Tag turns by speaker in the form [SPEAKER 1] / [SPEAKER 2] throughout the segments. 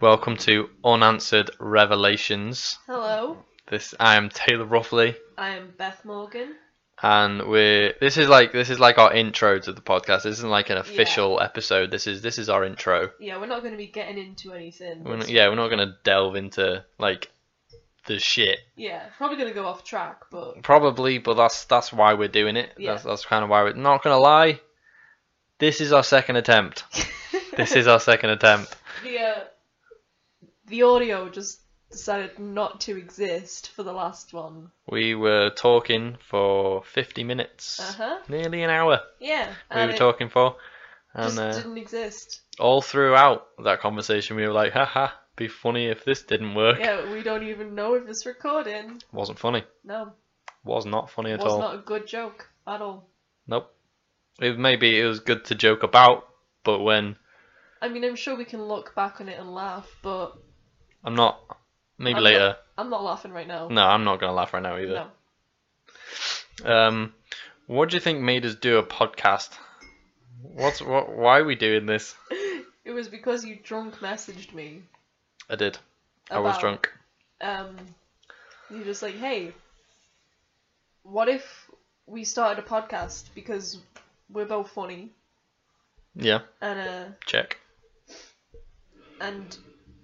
[SPEAKER 1] Welcome to Unanswered Revelations.
[SPEAKER 2] Hello,
[SPEAKER 1] This I am Taylor Ruffley,
[SPEAKER 2] I am Beth Morgan.
[SPEAKER 1] and we're this is like this is like our intro to the podcast. This isn't like an official episode. This is this is our intro.
[SPEAKER 2] Yeah, we're not going to be getting into anything.
[SPEAKER 1] We're not, yeah, we're not gonna delve into like the shit
[SPEAKER 2] Yeah, probably going to go off track, but
[SPEAKER 1] probably, but that's that's why we're doing it.
[SPEAKER 2] Yeah.
[SPEAKER 1] That's that's kind of why we're not gonna lie. This is our second attempt. This is our second attempt.
[SPEAKER 2] the uh, the audio just decided not to exist for the last one.
[SPEAKER 1] We were talking for 50 minutes,
[SPEAKER 2] Uh huh.
[SPEAKER 1] nearly an hour.
[SPEAKER 2] Yeah,
[SPEAKER 1] We
[SPEAKER 2] and
[SPEAKER 1] were
[SPEAKER 2] it
[SPEAKER 1] talking for, and
[SPEAKER 2] Uh, just
[SPEAKER 1] uh,
[SPEAKER 2] didn't exist.
[SPEAKER 1] all throughout that conversation, we were like, haha, be funny if this didn't work.
[SPEAKER 2] Yeah, we don't even know if it's recording.
[SPEAKER 1] Wasn't funny.
[SPEAKER 2] No,
[SPEAKER 1] Was not funny
[SPEAKER 2] it
[SPEAKER 1] at
[SPEAKER 2] was
[SPEAKER 1] all.
[SPEAKER 2] not a good joke at all.
[SPEAKER 1] Nope. It maybe it was good to joke about, but when
[SPEAKER 2] I mean, I'm sure we can look back on it and laugh, but
[SPEAKER 1] I'm not, maybe
[SPEAKER 2] I'm not-
[SPEAKER 1] later.
[SPEAKER 2] I'm not laughing right now.
[SPEAKER 1] No, I'm not gonna laugh right now either.
[SPEAKER 2] No.
[SPEAKER 1] Um, what do you think made us do a podcast? What's what? Why are we doing this?
[SPEAKER 2] It was because you drunk messaged me.
[SPEAKER 1] I did. I was
[SPEAKER 2] about-
[SPEAKER 1] drunk.
[SPEAKER 2] um, you're just like, hey, what if we started a podcast because we're both funny
[SPEAKER 1] Yeah.
[SPEAKER 2] and uh,
[SPEAKER 1] Check.
[SPEAKER 2] and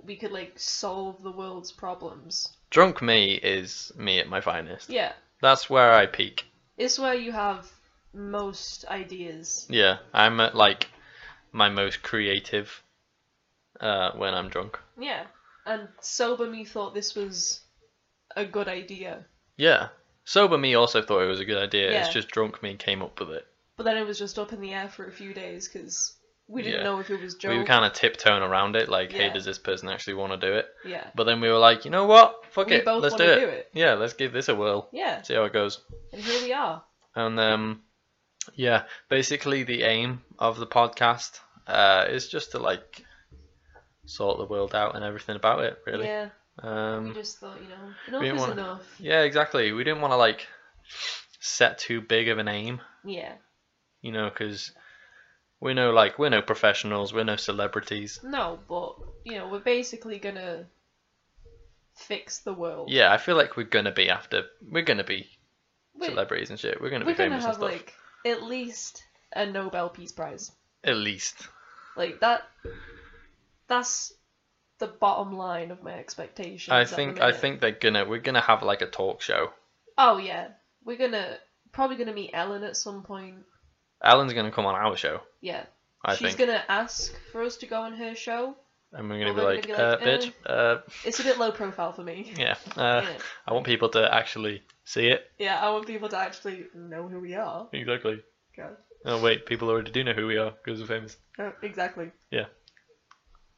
[SPEAKER 2] we could like solve the world's problems.
[SPEAKER 1] Drunk me is me at my finest.
[SPEAKER 2] Yeah,
[SPEAKER 1] That's where I peak.
[SPEAKER 2] it's where you have most ideas.
[SPEAKER 1] Yeah, I'm at like my most creative uh, when I'm drunk.
[SPEAKER 2] Yeah, and sober me thought this was a good idea,
[SPEAKER 1] Yeah. Sober me also thought it was a good idea. It's
[SPEAKER 2] Yeah.
[SPEAKER 1] just drunk me came up with it.
[SPEAKER 2] but then it was just up in the air for a few days because we didn't
[SPEAKER 1] Yeah.
[SPEAKER 2] know if it was
[SPEAKER 1] We
[SPEAKER 2] joke.
[SPEAKER 1] were kind of tiptoeing around it, like, hey,
[SPEAKER 2] Yeah.
[SPEAKER 1] does this person actually want to do it?
[SPEAKER 2] yeah,
[SPEAKER 1] But then we were like, you know what? Fuck
[SPEAKER 2] we
[SPEAKER 1] it,
[SPEAKER 2] both
[SPEAKER 1] let's
[SPEAKER 2] want
[SPEAKER 1] do
[SPEAKER 2] to
[SPEAKER 1] it.
[SPEAKER 2] do it.
[SPEAKER 1] Yeah, let's give this a whirl.
[SPEAKER 2] Yeah,
[SPEAKER 1] See how it goes.
[SPEAKER 2] and here we are.
[SPEAKER 1] And um, yeah, basically the aim of the podcast uh, is just to like sort the world out and everything about it, really.
[SPEAKER 2] Yeah. We
[SPEAKER 1] Um,
[SPEAKER 2] just thought, you know,
[SPEAKER 1] we
[SPEAKER 2] enough
[SPEAKER 1] didn't
[SPEAKER 2] is
[SPEAKER 1] wanna-
[SPEAKER 2] enough.
[SPEAKER 1] yeah, exactly. We didn't want to like set too big of an aim.
[SPEAKER 2] Yeah.
[SPEAKER 1] you know, because we're no like we're no professionals, we're no celebrities.
[SPEAKER 2] No, but you know, we're basically gonna fix the world.
[SPEAKER 1] Yeah, I feel like we're gonna be after we're gonna be
[SPEAKER 2] we're,
[SPEAKER 1] celebrities and shit. We're gonna be
[SPEAKER 2] we're gonna
[SPEAKER 1] famous
[SPEAKER 2] have
[SPEAKER 1] and stuff.
[SPEAKER 2] like at least a Nobel Peace Prize.
[SPEAKER 1] At least,
[SPEAKER 2] Like that. That's the bottom line of my expectations.
[SPEAKER 1] I
[SPEAKER 2] at the
[SPEAKER 1] think I
[SPEAKER 2] minute.
[SPEAKER 1] think they're gonna we're gonna have like a talk show.
[SPEAKER 2] Oh yeah, we're gonna probably gonna meet Ellen at some point.
[SPEAKER 1] Ellen's gonna come on our show,
[SPEAKER 2] Yeah,
[SPEAKER 1] I
[SPEAKER 2] she's
[SPEAKER 1] think,
[SPEAKER 2] gonna ask for us to go on her show.
[SPEAKER 1] and we're gonna,
[SPEAKER 2] we're gonna
[SPEAKER 1] be,
[SPEAKER 2] be
[SPEAKER 1] like,
[SPEAKER 2] like,
[SPEAKER 1] uh, bitch, uh,
[SPEAKER 2] It's a bit low profile for me.
[SPEAKER 1] yeah, uh,
[SPEAKER 2] Yeah.
[SPEAKER 1] I want people to actually see it.
[SPEAKER 2] yeah, I want people to actually know who we are.
[SPEAKER 1] Exactly.
[SPEAKER 2] God.
[SPEAKER 1] Oh wait, people already do know who we are because we're famous.
[SPEAKER 2] Oh, exactly.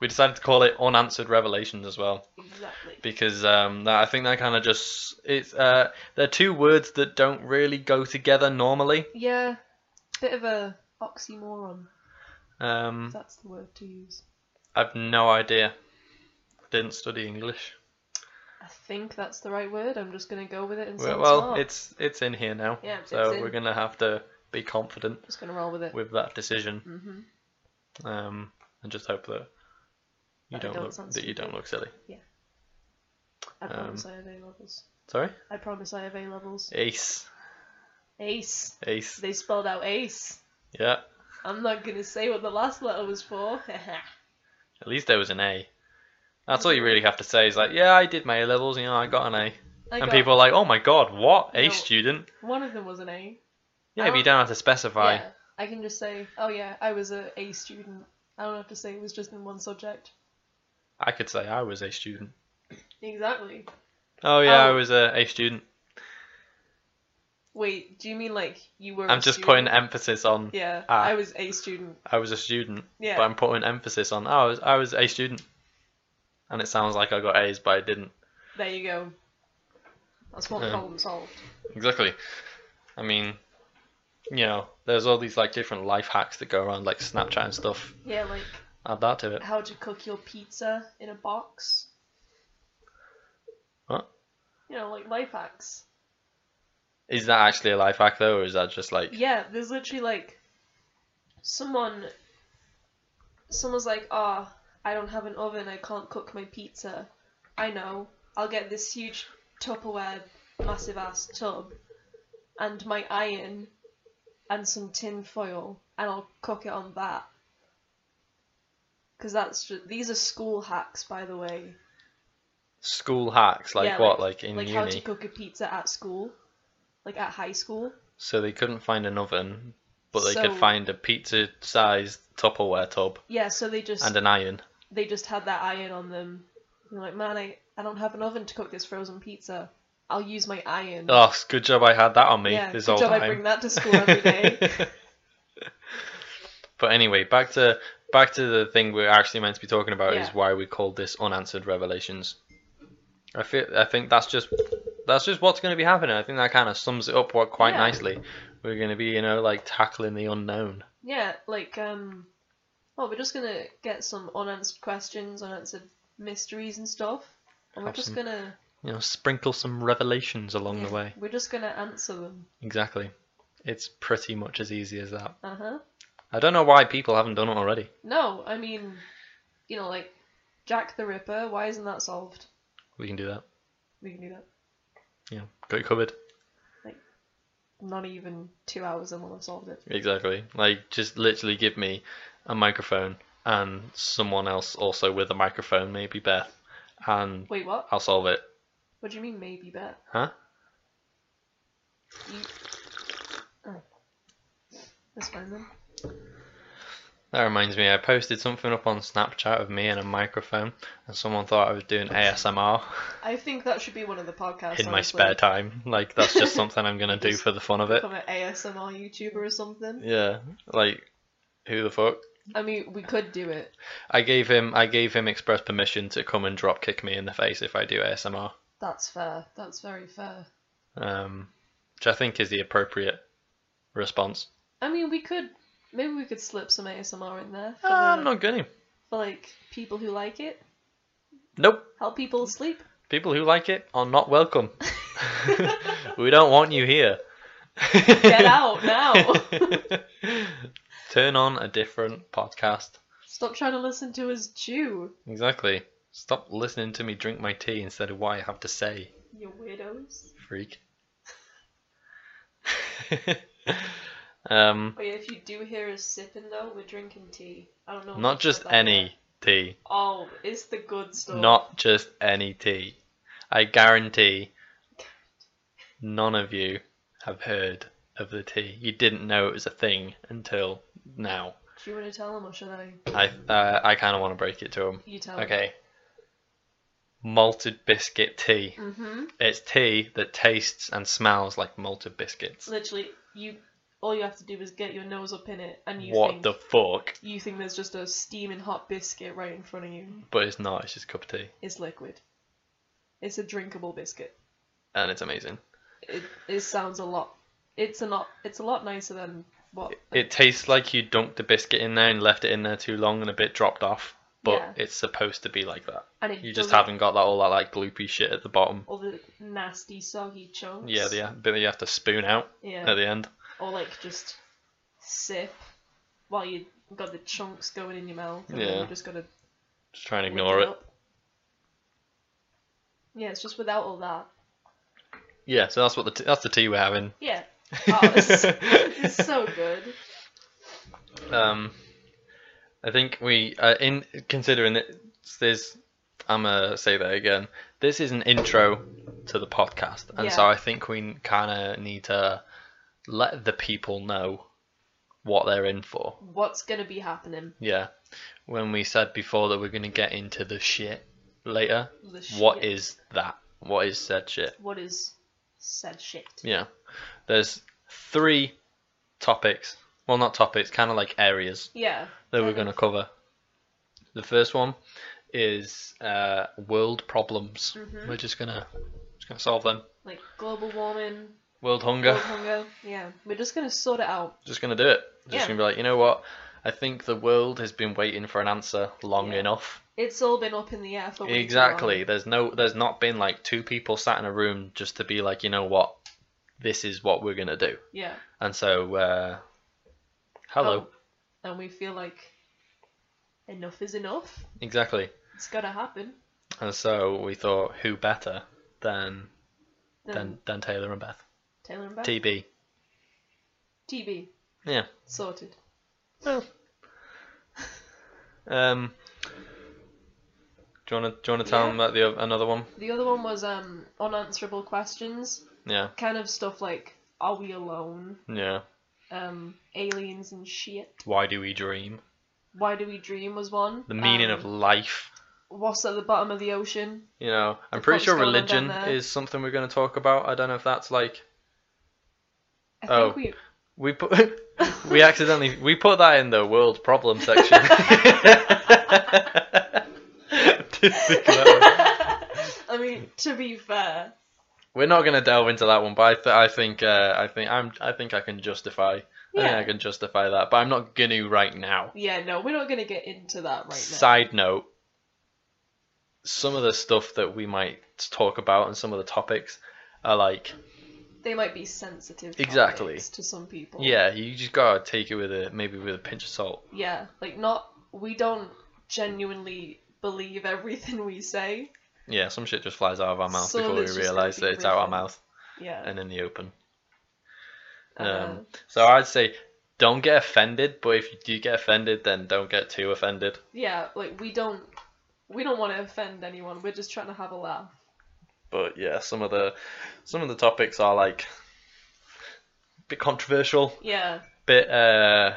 [SPEAKER 1] We decided to call it Unanswered Revelations as well.
[SPEAKER 2] Exactly.
[SPEAKER 1] because um, that, I think that kind of just it's uh, they're two words that don't really go together normally.
[SPEAKER 2] Yeah, bit of a oxymoron. If
[SPEAKER 1] Um,
[SPEAKER 2] that's the word to use.
[SPEAKER 1] I've no idea. Didn't study English.
[SPEAKER 2] I think that's the right word. I'm just gonna go with it and
[SPEAKER 1] Well,
[SPEAKER 2] sound
[SPEAKER 1] well
[SPEAKER 2] smart.
[SPEAKER 1] it's it's in here now,
[SPEAKER 2] Yeah, it's-
[SPEAKER 1] so
[SPEAKER 2] it's in.
[SPEAKER 1] we're gonna have to be confident
[SPEAKER 2] just gonna roll with it.
[SPEAKER 1] with that decision,
[SPEAKER 2] hmm
[SPEAKER 1] um, and just hope that you
[SPEAKER 2] That I
[SPEAKER 1] don't,
[SPEAKER 2] don't
[SPEAKER 1] look
[SPEAKER 2] sound
[SPEAKER 1] that you
[SPEAKER 2] stupid.
[SPEAKER 1] don't look silly.
[SPEAKER 2] I
[SPEAKER 1] um,
[SPEAKER 2] promise I have A levels.
[SPEAKER 1] Sorry,
[SPEAKER 2] I promise I have A levels.
[SPEAKER 1] ace,
[SPEAKER 2] Ace.
[SPEAKER 1] ace.
[SPEAKER 2] They spelled out ace.
[SPEAKER 1] Yeah,
[SPEAKER 2] I'm not gonna say what the last letter was for.
[SPEAKER 1] at least there was an A. That's all you really have to say is like, yeah, I did my A levels, you know, I got an A,
[SPEAKER 2] I
[SPEAKER 1] and
[SPEAKER 2] got-
[SPEAKER 1] people are like, oh my god, what a
[SPEAKER 2] No.
[SPEAKER 1] student.
[SPEAKER 2] One of them was an A.
[SPEAKER 1] Yeah, but you don't have to specify.
[SPEAKER 2] Oh. Yeah. I can just say, oh yeah, I was a A student. I don't have to say it was just in one subject.
[SPEAKER 1] I could say I was a student.
[SPEAKER 2] Exactly.
[SPEAKER 1] Oh yeah, I
[SPEAKER 2] Oh.
[SPEAKER 1] was a, a student.
[SPEAKER 2] Wait, do you mean like you were?
[SPEAKER 1] I'm
[SPEAKER 2] a
[SPEAKER 1] just
[SPEAKER 2] student?
[SPEAKER 1] putting emphasis on
[SPEAKER 2] Yeah,
[SPEAKER 1] Ah.
[SPEAKER 2] I was a student.
[SPEAKER 1] I was a student,
[SPEAKER 2] Yeah.
[SPEAKER 1] but I'm putting emphasis on oh, I was I was a student. And it sounds like I got A's, but I didn't.
[SPEAKER 2] There you go. That's one
[SPEAKER 1] Um,
[SPEAKER 2] problem solved.
[SPEAKER 1] Exactly. I mean, you know, there's all these like different life hacks that go around, like Snapchat and stuff.
[SPEAKER 2] Yeah, like
[SPEAKER 1] Add that to it.
[SPEAKER 2] how to cook your pizza in a box.
[SPEAKER 1] What?
[SPEAKER 2] You know, like life hacks.
[SPEAKER 1] Is that actually a life hack though, or is that just like
[SPEAKER 2] Yeah, there's literally like someone. Someone's like, ah, I don't have an oven, I can't cook my pizza. I know, I'll get this huge Tupperware, massive ass tub, and my iron, and some tin foil, and I'll cook it on that. Because that's ju- these are school hacks, by the way.
[SPEAKER 1] School hacks, like
[SPEAKER 2] Yeah,
[SPEAKER 1] what, like, in
[SPEAKER 2] like how to
[SPEAKER 1] uni.
[SPEAKER 2] cook a pizza at school, like at high school.
[SPEAKER 1] So they couldn't find an oven, but they could
[SPEAKER 2] So-
[SPEAKER 1] find a pizza-sized Tupperware tub
[SPEAKER 2] Yeah, so they just
[SPEAKER 1] and an iron.
[SPEAKER 2] they just had that iron on them. And they're like, man, I, I don't have an oven to cook this frozen pizza. I'll use my iron.
[SPEAKER 1] Oh, s- good job I had that on me
[SPEAKER 2] yeah,
[SPEAKER 1] this whole
[SPEAKER 2] good job
[SPEAKER 1] time.
[SPEAKER 2] I bring that to school every day.
[SPEAKER 1] but anyway, back to back to the thing we're actually meant to be talking about is
[SPEAKER 2] Yeah.
[SPEAKER 1] why we called this unanswered revelations. I feel I think that's just that's just what's going to be happening. I think that kind of sums it up what quite
[SPEAKER 2] Yeah.
[SPEAKER 1] nicely. We're going to be, you know, like tackling the unknown.
[SPEAKER 2] yeah, like um, well, we're just gonna get some unanswered questions, unanswered mysteries and stuff, and we're
[SPEAKER 1] Have
[SPEAKER 2] just
[SPEAKER 1] some
[SPEAKER 2] gonna
[SPEAKER 1] You know, sprinkle some revelations along
[SPEAKER 2] yeah,
[SPEAKER 1] the way.
[SPEAKER 2] we're just gonna answer them.
[SPEAKER 1] Exactly. It's pretty much as easy as that.
[SPEAKER 2] Uh huh.
[SPEAKER 1] I don't know why people haven't done it already.
[SPEAKER 2] No, I mean, you know, like Jack the Ripper. Why isn't that solved?
[SPEAKER 1] We can do that.
[SPEAKER 2] We can do that.
[SPEAKER 1] Yeah, got it covered.
[SPEAKER 2] Not even two hours and we'll have solved it.
[SPEAKER 1] Exactly. Like, just literally give me a microphone and someone else also with a microphone, maybe Beth, and
[SPEAKER 2] Wait, what?
[SPEAKER 1] I'll solve it.
[SPEAKER 2] What do you mean, maybe bet?
[SPEAKER 1] Huh?
[SPEAKER 2] You... Oh. That's fine then.
[SPEAKER 1] That reminds me, I posted something up on Snapchat of me and a microphone, and someone thought I was doing ASMR
[SPEAKER 2] I think that should be one of the podcasts.
[SPEAKER 1] in my
[SPEAKER 2] honestly.
[SPEAKER 1] spare time. Like, that's just something I'm gonna do
[SPEAKER 2] Just
[SPEAKER 1] for the fun of it.
[SPEAKER 2] Become an ASMR YouTuber or something.
[SPEAKER 1] Yeah, like, who the fuck?
[SPEAKER 2] I mean, we could do it.
[SPEAKER 1] I gave him, I gave him express permission to come and drop kick me in the face if I do ASMR,
[SPEAKER 2] That's fair. That's very fair.
[SPEAKER 1] um, which I think is the appropriate response.
[SPEAKER 2] I mean, we could. Maybe we could slip some ASMR in there for,
[SPEAKER 1] Uh,
[SPEAKER 2] the,
[SPEAKER 1] I'm not gonna.
[SPEAKER 2] for like people who like it.
[SPEAKER 1] Nope.
[SPEAKER 2] Help people sleep.
[SPEAKER 1] People who like it are not welcome. we don't want you here.
[SPEAKER 2] Get out now.
[SPEAKER 1] Turn on a different podcast.
[SPEAKER 2] Stop trying to listen to us chew.
[SPEAKER 1] Exactly. Stop listening to me drink my tea instead of what I have to say,
[SPEAKER 2] You weirdos.
[SPEAKER 1] freak. um,
[SPEAKER 2] But Oh, yeah, if you do hear us sipping though, we're drinking tea. I don't know.
[SPEAKER 1] not
[SPEAKER 2] much about
[SPEAKER 1] just
[SPEAKER 2] that yet.
[SPEAKER 1] any tea.
[SPEAKER 2] Oh, it's the good stuff.
[SPEAKER 1] Not just any tea. I guarantee none of you have heard of the tea. You didn't know it was a thing until now.
[SPEAKER 2] Do you want to tell them or should I?
[SPEAKER 1] I uh, I kind of want to break it to them.
[SPEAKER 2] You tell
[SPEAKER 1] Okay. Malted biscuit tea.
[SPEAKER 2] them. hmm
[SPEAKER 1] It's tea that tastes and smells like malted biscuits.
[SPEAKER 2] Literally, you. All you have to do is get your nose up in it, and you
[SPEAKER 1] What
[SPEAKER 2] think
[SPEAKER 1] the fuck?
[SPEAKER 2] you think there's just a steaming hot biscuit right in front of you.
[SPEAKER 1] But it's not. It's just a cup of tea,
[SPEAKER 2] It's liquid. It's a drinkable biscuit.
[SPEAKER 1] and it's amazing.
[SPEAKER 2] It it sounds a lot. It's a lot. It's a lot nicer than what.
[SPEAKER 1] It tastes like you dunked the biscuit in there and left it in there too long, and a bit dropped off. But
[SPEAKER 2] Yeah.
[SPEAKER 1] it's supposed to be like that.
[SPEAKER 2] and it
[SPEAKER 1] You just
[SPEAKER 2] doesn't-
[SPEAKER 1] haven't got that all that like gloopy shit at the bottom.
[SPEAKER 2] all the nasty soggy chunks.
[SPEAKER 1] Yeah, the bit that you have to spoon out
[SPEAKER 2] yeah.
[SPEAKER 1] at the end.
[SPEAKER 2] or like just sip while you got the chunks going in your mouth and
[SPEAKER 1] Yeah.
[SPEAKER 2] then you just gotta lick
[SPEAKER 1] Just try and ignore it.
[SPEAKER 2] up. Yeah, it's just without all that.
[SPEAKER 1] Yeah, so that's what the t- that's the tea we're having.
[SPEAKER 2] Yeah. Oh, it's, it's so good.
[SPEAKER 1] um, I think we uh, in considering that there's I'm gonna say that again. This is an intro to the podcast, and so
[SPEAKER 2] Yeah.
[SPEAKER 1] I think we kind of need to let the people know what they're in for.
[SPEAKER 2] What's gonna be happening?
[SPEAKER 1] Yeah, when we said before that we're gonna get into the shit later,
[SPEAKER 2] The
[SPEAKER 1] what
[SPEAKER 2] shit.
[SPEAKER 1] is that? What is said shit?
[SPEAKER 2] what is said shit?
[SPEAKER 1] Yeah, there's three topics. Well, not topics, kind of like areas
[SPEAKER 2] Yeah.
[SPEAKER 1] that we're
[SPEAKER 2] kind
[SPEAKER 1] going to
[SPEAKER 2] of.
[SPEAKER 1] cover. The first one is uh, world problems.
[SPEAKER 2] Mhm.
[SPEAKER 1] We're just gonna just gonna solve them.
[SPEAKER 2] like global warming,
[SPEAKER 1] World hunger.
[SPEAKER 2] world hunger. Yeah, we're just gonna sort it out.
[SPEAKER 1] Just gonna do it. Just
[SPEAKER 2] Yeah.
[SPEAKER 1] gonna be like, you know what? I think the world has been waiting for an answer long
[SPEAKER 2] Yeah.
[SPEAKER 1] enough.
[SPEAKER 2] It's all been up in the air for way too long.
[SPEAKER 1] Exactly. There's no. There's not been like two people sat in a room just to be like, you know what? This is what we're gonna do.
[SPEAKER 2] Yeah.
[SPEAKER 1] And so, uh, hello.
[SPEAKER 2] Oh, and we feel like enough is enough.
[SPEAKER 1] Exactly.
[SPEAKER 2] It's gotta happen.
[SPEAKER 1] And so we thought, who better than
[SPEAKER 2] Then
[SPEAKER 1] than, than Taylor and Beth?
[SPEAKER 2] Taylor and Beth.
[SPEAKER 1] TB.
[SPEAKER 2] TB
[SPEAKER 1] Yeah.
[SPEAKER 2] sorted.
[SPEAKER 1] Well. Um. Do you wanna do you wanna tell
[SPEAKER 2] Yeah.
[SPEAKER 1] them about the oth- another one?
[SPEAKER 2] The other one was um unanswerable questions,
[SPEAKER 1] Yeah.
[SPEAKER 2] kind of stuff like are we alone,
[SPEAKER 1] Yeah.
[SPEAKER 2] um aliens and shit.
[SPEAKER 1] Why do we dream?
[SPEAKER 2] Why do we dream was one.
[SPEAKER 1] The meaning
[SPEAKER 2] um,
[SPEAKER 1] of life.
[SPEAKER 2] what's at the bottom of the ocean.
[SPEAKER 1] You know, I'm
[SPEAKER 2] the
[SPEAKER 1] pretty
[SPEAKER 2] fuck's
[SPEAKER 1] sure
[SPEAKER 2] going on down
[SPEAKER 1] religion
[SPEAKER 2] there?
[SPEAKER 1] is something we're going to talk about. I don't know if that's like
[SPEAKER 2] I
[SPEAKER 1] Oh.
[SPEAKER 2] think
[SPEAKER 1] we put
[SPEAKER 2] we
[SPEAKER 1] we accidentally we put that in the world problem section. Didn't think of that one.
[SPEAKER 2] I mean, to be fair,
[SPEAKER 1] We're not going to delve into that one, but I, th- I think uh, I think I'm I think I can justify. I think I
[SPEAKER 2] yeah,
[SPEAKER 1] can justify that, but I'm not going to right now.
[SPEAKER 2] yeah, no, we're not gonna get into that right now.
[SPEAKER 1] Side note: some of the stuff that we might talk about and some of the topics are like
[SPEAKER 2] they might be sensitive
[SPEAKER 1] Exactly.
[SPEAKER 2] topics to some people.
[SPEAKER 1] yeah, you just gotta take it with a maybe with a pinch of salt.
[SPEAKER 2] yeah, like not we don't genuinely believe everything we say.
[SPEAKER 1] Yeah, some shit just flies out of our mouth
[SPEAKER 2] Some
[SPEAKER 1] before
[SPEAKER 2] of it's
[SPEAKER 1] we
[SPEAKER 2] just gonna
[SPEAKER 1] realise
[SPEAKER 2] be
[SPEAKER 1] that it's out our
[SPEAKER 2] riffing.
[SPEAKER 1] mouth
[SPEAKER 2] Yeah,
[SPEAKER 1] and in the open.
[SPEAKER 2] uh,
[SPEAKER 1] Um, so I'd say don't get offended, but if you do get offended, then don't get too offended.
[SPEAKER 2] yeah, like we don't we don't want to offend anyone. We're just trying to have a laugh.
[SPEAKER 1] But yeah, some of the some of the topics are like a bit controversial,
[SPEAKER 2] Yeah,
[SPEAKER 1] bit uh,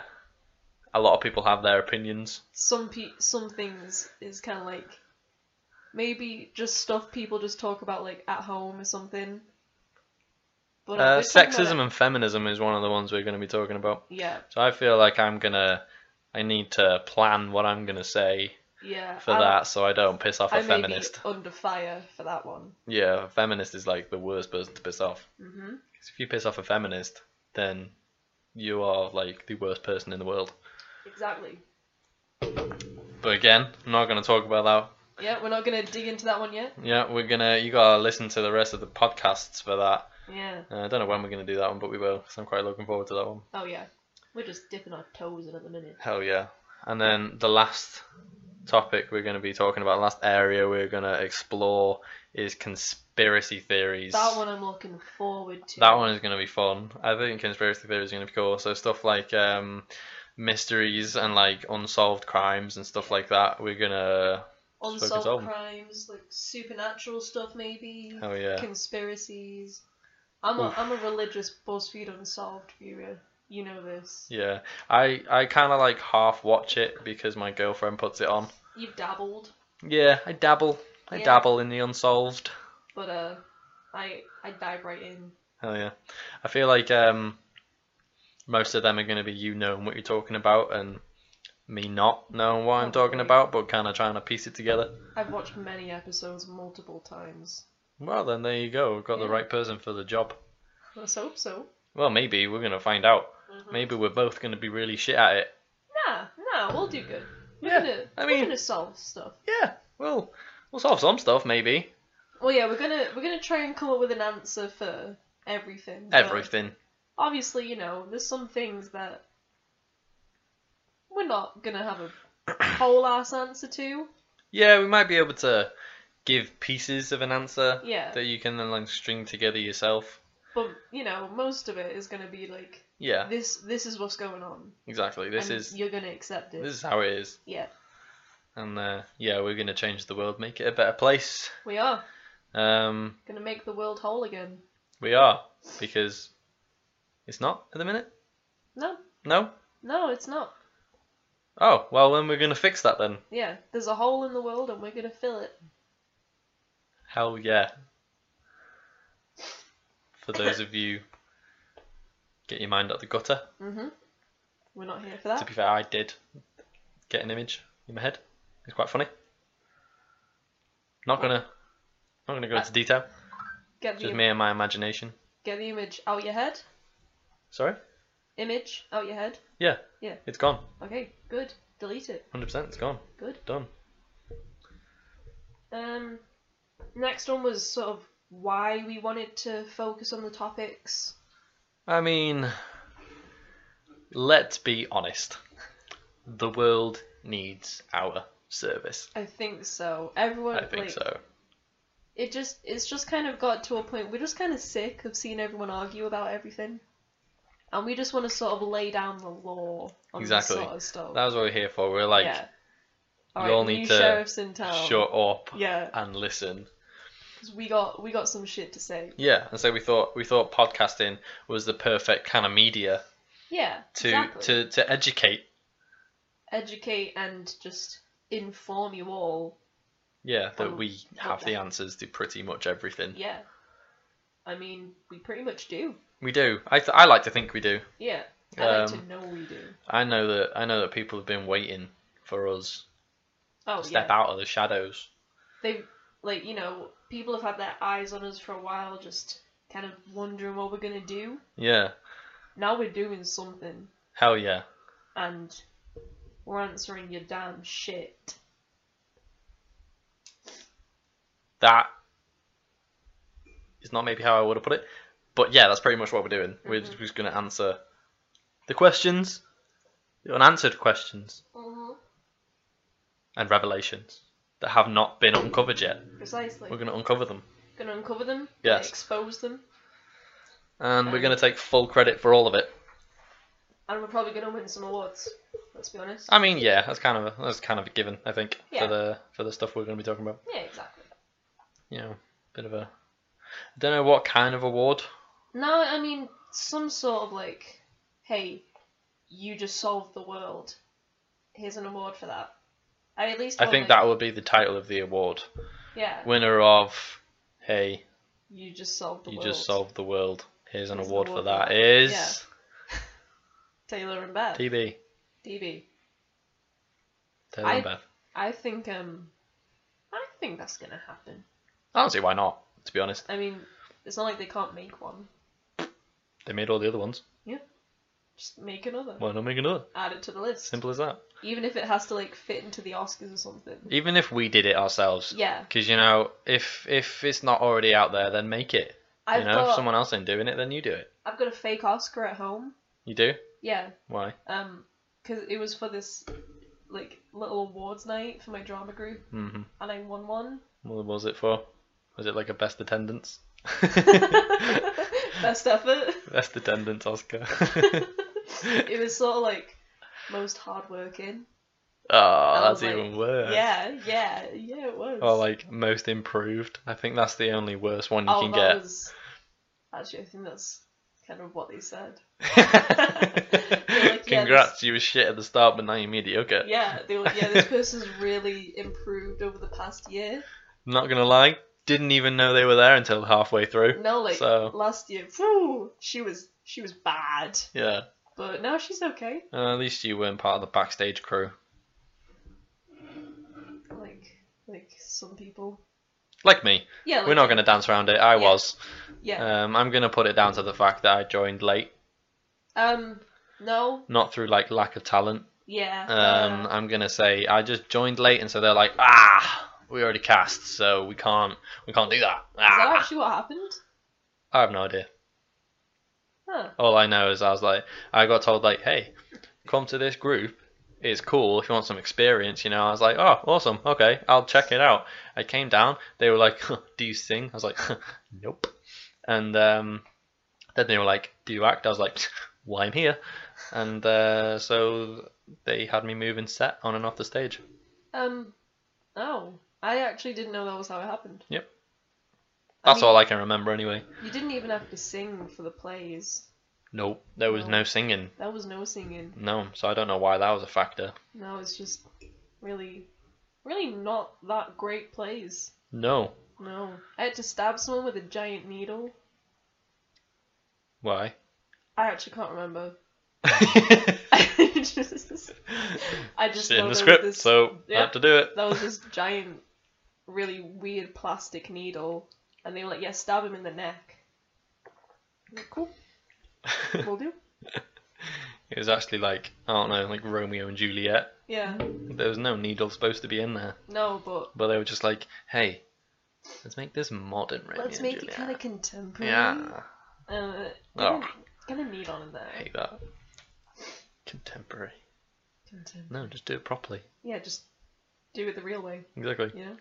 [SPEAKER 1] a lot of people have their opinions.
[SPEAKER 2] some pe- some things is kind of like maybe just stuff people just talk about like at home or something. But uh,
[SPEAKER 1] Uh,
[SPEAKER 2] we're talking about
[SPEAKER 1] sexism
[SPEAKER 2] it-
[SPEAKER 1] and feminism is one of the ones we're going to be talking about.
[SPEAKER 2] yeah,
[SPEAKER 1] So I feel like I'm gonna I need to plan what I'm gonna say
[SPEAKER 2] yeah.
[SPEAKER 1] for
[SPEAKER 2] I-
[SPEAKER 1] that so I don't piss off a
[SPEAKER 2] I may
[SPEAKER 1] feminist.
[SPEAKER 2] be under fire for that one.
[SPEAKER 1] Yeah, a feminist is like the worst person to piss off.
[SPEAKER 2] hmm
[SPEAKER 1] 'Cause if you piss off a feminist, then you are like the worst person in the world.
[SPEAKER 2] Exactly.
[SPEAKER 1] But again, I'm not gonna talk about
[SPEAKER 2] Yeah, we're not gonna dig into that one yet.
[SPEAKER 1] that. Yeah, we're gonna you gotta listen to the rest of the podcasts for that.
[SPEAKER 2] Yeah.
[SPEAKER 1] Uh, I don't know when we're gonna do that one, but we will. Cause I'm quite looking forward to that one.
[SPEAKER 2] Oh yeah. We're just dipping our toes in at the minute.
[SPEAKER 1] Hell yeah! And then the last topic we're gonna be talking about, last area we're gonna explore is conspiracy theories.
[SPEAKER 2] That one I'm looking forward to.
[SPEAKER 1] That one is going to be fun. I think conspiracy theories are going to be cool. So stuff like um, mysteries and like unsolved crimes and stuff like that. We're gonna Spoken
[SPEAKER 2] Unsolved
[SPEAKER 1] Solvent.
[SPEAKER 2] crimes, like supernatural stuff, maybe
[SPEAKER 1] oh yeah
[SPEAKER 2] conspiracies. I'm a
[SPEAKER 1] Oof.
[SPEAKER 2] I'm a religious BuzzFeed Unsolved viewer. You know this.
[SPEAKER 1] yeah. I I kind of like half watch it because my girlfriend puts it on.
[SPEAKER 2] You've dabbled,
[SPEAKER 1] Yeah, I dabble. I
[SPEAKER 2] Yeah.
[SPEAKER 1] dabble in the unsolved.
[SPEAKER 2] but uh, I I dive right in.
[SPEAKER 1] Hell yeah. I feel like um, most of them are going to be you knowing what you're talking about and me not knowing what I'm talking
[SPEAKER 2] Probably.
[SPEAKER 1] about, but kind of trying to piece it together.
[SPEAKER 2] I've watched many episodes multiple times.
[SPEAKER 1] Well, then there you go. We've got the
[SPEAKER 2] Yeah.
[SPEAKER 1] right person for the job.
[SPEAKER 2] Let's hope so.
[SPEAKER 1] Well, maybe we're gonna find out.
[SPEAKER 2] Mhm.
[SPEAKER 1] Maybe we're both gonna be really shit at it.
[SPEAKER 2] Nah, nah, we'll do good. We're
[SPEAKER 1] Yeah,
[SPEAKER 2] gonna,
[SPEAKER 1] I
[SPEAKER 2] we're
[SPEAKER 1] mean-
[SPEAKER 2] gonna solve stuff.
[SPEAKER 1] Yeah, well, we'll solve some stuff, maybe.
[SPEAKER 2] Well, yeah, we're gonna we're gonna try and come up with an answer for everything. but
[SPEAKER 1] Everything.
[SPEAKER 2] Obviously, you know, there's some things that we're not gonna have a whole ass answer to.
[SPEAKER 1] Yeah, we might be able to give pieces of an answer
[SPEAKER 2] Yeah,
[SPEAKER 1] that you can then like string together yourself.
[SPEAKER 2] but you know, most of it is gonna be like
[SPEAKER 1] Yeah,
[SPEAKER 2] this. This is what's going on.
[SPEAKER 1] exactly. This
[SPEAKER 2] and
[SPEAKER 1] is
[SPEAKER 2] you're gonna accept it.
[SPEAKER 1] this is how it is.
[SPEAKER 2] Yeah,
[SPEAKER 1] And uh, yeah, we're gonna change the world, make it a better place.
[SPEAKER 2] we are
[SPEAKER 1] Um,
[SPEAKER 2] gonna make the world whole again.
[SPEAKER 1] we are because it's not at the minute.
[SPEAKER 2] No,
[SPEAKER 1] No.
[SPEAKER 2] no, it's not.
[SPEAKER 1] Oh well, then we're gonna fix that then.
[SPEAKER 2] Yeah, there's a hole in the world, and we're gonna fill it.
[SPEAKER 1] Hell yeah. For those of you, get your mind out the gutter.
[SPEAKER 2] Mhm. We're not here for
[SPEAKER 1] To
[SPEAKER 2] that.
[SPEAKER 1] be fair, I did get an image in my head. It's quite funny. Not gonna, not gonna go into detail.
[SPEAKER 2] Get the
[SPEAKER 1] Just
[SPEAKER 2] im-
[SPEAKER 1] me and my imagination.
[SPEAKER 2] get the image out your head.
[SPEAKER 1] Sorry.
[SPEAKER 2] Image out your head.
[SPEAKER 1] It's gone.
[SPEAKER 2] Okay, good. Delete it.
[SPEAKER 1] Hundred percent. It's gone.
[SPEAKER 2] Good.
[SPEAKER 1] Done.
[SPEAKER 2] Um, next one was sort of why we wanted to focus on the topics.
[SPEAKER 1] I mean, let's be honest. The world needs our service.
[SPEAKER 2] I think so. Everyone,
[SPEAKER 1] I think
[SPEAKER 2] like,
[SPEAKER 1] so.
[SPEAKER 2] it just it's just kind of got to a point we're just kind of sick of seeing everyone argue about everything and we just want to sort of lay down the law on
[SPEAKER 1] Exactly.
[SPEAKER 2] this sort of stuff
[SPEAKER 1] That was what we're here for. We're like,
[SPEAKER 2] yeah
[SPEAKER 1] you
[SPEAKER 2] Alright,
[SPEAKER 1] all
[SPEAKER 2] new
[SPEAKER 1] need to
[SPEAKER 2] sheriffs in town
[SPEAKER 1] shut up
[SPEAKER 2] yeah
[SPEAKER 1] and listen.
[SPEAKER 2] 'cause we got we got some shit to say
[SPEAKER 1] Yeah, and so we thought we thought podcasting was the perfect kind of media
[SPEAKER 2] yeah
[SPEAKER 1] to
[SPEAKER 2] exactly.
[SPEAKER 1] to, to educate.
[SPEAKER 2] educate and just inform you all
[SPEAKER 1] Yeah, that
[SPEAKER 2] Um,
[SPEAKER 1] we
[SPEAKER 2] what
[SPEAKER 1] have the
[SPEAKER 2] the-
[SPEAKER 1] answers to pretty much everything.
[SPEAKER 2] yeah i mean we pretty much do
[SPEAKER 1] We do. I th- I like to think we do.
[SPEAKER 2] yeah i like
[SPEAKER 1] Um,
[SPEAKER 2] to know we do
[SPEAKER 1] I know that I know that people have been waiting for us
[SPEAKER 2] oh
[SPEAKER 1] to step
[SPEAKER 2] yeah
[SPEAKER 1] out of the shadows.
[SPEAKER 2] they've like you know people have had their eyes on us for a while just kind of wondering what we're gonna do
[SPEAKER 1] Yeah.
[SPEAKER 2] now we're doing something
[SPEAKER 1] Hell yeah.
[SPEAKER 2] and we're answering your damn shit
[SPEAKER 1] That is not maybe how I would have put it, but yeah, that's pretty much what we're doing. We're
[SPEAKER 2] Mhm.
[SPEAKER 1] just going to answer the questions, the unanswered questions, and revelations that have not been uncovered yet.
[SPEAKER 2] precisely
[SPEAKER 1] We're going to uncover them,
[SPEAKER 2] gonna uncover them
[SPEAKER 1] Yes.
[SPEAKER 2] gonna expose them
[SPEAKER 1] and we're
[SPEAKER 2] Um,
[SPEAKER 1] going to take full credit for all of it.
[SPEAKER 2] and we're probably gonna win some awards let's be honest
[SPEAKER 1] I mean, yeah, that's kind of a, that's kind of a given, I think,
[SPEAKER 2] Yeah.
[SPEAKER 1] for the for the stuff we're going to be talking about.
[SPEAKER 2] yeah exactly
[SPEAKER 1] You know, bit of a I don't know what kind of award.
[SPEAKER 2] no i mean some sort of like hey you just solved the world here's an award for that Oh, i at least
[SPEAKER 1] I
[SPEAKER 2] want,
[SPEAKER 1] think
[SPEAKER 2] like-
[SPEAKER 1] that would be the title of the award.
[SPEAKER 2] yeah
[SPEAKER 1] Winner of Hey,
[SPEAKER 2] you just solved the
[SPEAKER 1] you
[SPEAKER 2] world
[SPEAKER 1] just solved the world. Here's an
[SPEAKER 2] Here's an
[SPEAKER 1] award for
[SPEAKER 2] award
[SPEAKER 1] that.
[SPEAKER 2] for that.
[SPEAKER 1] Is
[SPEAKER 2] taylor and beth
[SPEAKER 1] TB.
[SPEAKER 2] db
[SPEAKER 1] Taylor
[SPEAKER 2] I-
[SPEAKER 1] and Beth.
[SPEAKER 2] I think um, I think that's gonna happen.
[SPEAKER 1] I don't see why not, to be honest.
[SPEAKER 2] I mean, it's not like they can't make one.
[SPEAKER 1] They made all the other ones.
[SPEAKER 2] Just make another.
[SPEAKER 1] Why not make another?
[SPEAKER 2] Add it to the list.
[SPEAKER 1] Simple as that.
[SPEAKER 2] Even if it has to like fit into the Oscars or something.
[SPEAKER 1] Even if we did it ourselves.
[SPEAKER 2] Yeah,
[SPEAKER 1] Because, you know, if if it's not already out there, then make it. You
[SPEAKER 2] I've
[SPEAKER 1] know, if
[SPEAKER 2] got
[SPEAKER 1] someone else ain't doing it, then you do it.
[SPEAKER 2] I've got a fake Oscar at home.
[SPEAKER 1] You do?
[SPEAKER 2] Yeah,
[SPEAKER 1] Why?
[SPEAKER 2] um, because it was for this like little awards night for my drama group,
[SPEAKER 1] Mm-hmm.
[SPEAKER 2] and I won one.
[SPEAKER 1] What was it for? Was it like a best attendance?
[SPEAKER 2] Best effort.
[SPEAKER 1] best attendance Oscar.
[SPEAKER 2] it was sort of like most hardworking.
[SPEAKER 1] oh,
[SPEAKER 2] I was
[SPEAKER 1] that's
[SPEAKER 2] like,
[SPEAKER 1] even worse.
[SPEAKER 2] Yeah, yeah, yeah. It was.
[SPEAKER 1] Or like most improved. I think that's the only worst one you
[SPEAKER 2] oh,
[SPEAKER 1] can
[SPEAKER 2] that
[SPEAKER 1] get.
[SPEAKER 2] was actually I think that's kind of what they said. this-
[SPEAKER 1] Congrats, you were shit at the start, but now you're mediocre.
[SPEAKER 2] Yeah, they were, yeah, this person's really improved over the past year.
[SPEAKER 1] Not gonna lie, didn't even know they were there until halfway through.
[SPEAKER 2] No, like
[SPEAKER 1] So-
[SPEAKER 2] last year, whew, she was she was bad,
[SPEAKER 1] Yeah,
[SPEAKER 2] but now she's okay.
[SPEAKER 1] Uh, at least you weren't part of the backstage crew.
[SPEAKER 2] Like like some people.
[SPEAKER 1] Like me,
[SPEAKER 2] Yeah, like,
[SPEAKER 1] we're not gonna dance around it. I
[SPEAKER 2] Yeah.
[SPEAKER 1] was.
[SPEAKER 2] yeah.
[SPEAKER 1] Um, I'm gonna put it down to the fact that I joined late, uh,
[SPEAKER 2] um, no,
[SPEAKER 1] not through like lack of talent.
[SPEAKER 2] yeah.
[SPEAKER 1] Um,
[SPEAKER 2] uh,
[SPEAKER 1] I'm gonna say I just joined late, and so they're like, ah, we already cast, so we can't, we can't do that.
[SPEAKER 2] is that
[SPEAKER 1] Ah.
[SPEAKER 2] actually what happened?
[SPEAKER 1] I have no idea.
[SPEAKER 2] Huh.
[SPEAKER 1] All I know is I was like, I got told like, hey, come to this group. It's cool if you want some experience, you know. I was like, oh, awesome, okay, I'll check it out. I came down. They were like, do you sing? I was like, nope. And um, then they were like, do you act? I was like, why I'm here. And uh, so they had me move and set on and off the stage.
[SPEAKER 2] Um, oh, I actually didn't know that was how it happened.
[SPEAKER 1] Yep.
[SPEAKER 2] I
[SPEAKER 1] That's
[SPEAKER 2] mean,
[SPEAKER 1] all I can remember anyway.
[SPEAKER 2] You didn't even have to sing for the plays.
[SPEAKER 1] Nope, there was
[SPEAKER 2] No.
[SPEAKER 1] no singing.
[SPEAKER 2] There was no singing.
[SPEAKER 1] No, so I don't know why that was a factor.
[SPEAKER 2] No, it's just really, really not that great plays.
[SPEAKER 1] No,
[SPEAKER 2] No. I had to stab someone with a giant needle.
[SPEAKER 1] why?
[SPEAKER 2] I actually can't remember.
[SPEAKER 1] it's
[SPEAKER 2] I just, I just know
[SPEAKER 1] in
[SPEAKER 2] there
[SPEAKER 1] the
[SPEAKER 2] was
[SPEAKER 1] script,
[SPEAKER 2] this,
[SPEAKER 1] so I
[SPEAKER 2] yeah.
[SPEAKER 1] have to do it.
[SPEAKER 2] that was this giant, really weird plastic needle, and they were like, "Yeah, stab him in the neck." I'm like, Cool, we'll do.
[SPEAKER 1] it was actually like I don't know, like Romeo and Juliet.
[SPEAKER 2] Yeah,
[SPEAKER 1] There was no needle supposed to be in there,
[SPEAKER 2] no, but
[SPEAKER 1] but they were just like, "Hey, let's make this modern Romeo
[SPEAKER 2] let's
[SPEAKER 1] and
[SPEAKER 2] make it
[SPEAKER 1] Juliet."
[SPEAKER 2] kind of contemporary.
[SPEAKER 1] yeah,
[SPEAKER 2] Uh,
[SPEAKER 1] Oh.
[SPEAKER 2] Get a needle in
[SPEAKER 1] I
[SPEAKER 2] there.
[SPEAKER 1] hate that. Contemporary.
[SPEAKER 2] in tin.
[SPEAKER 1] No, just do it properly.
[SPEAKER 2] Yeah, just do it the real way,
[SPEAKER 1] Exactly.
[SPEAKER 2] you know?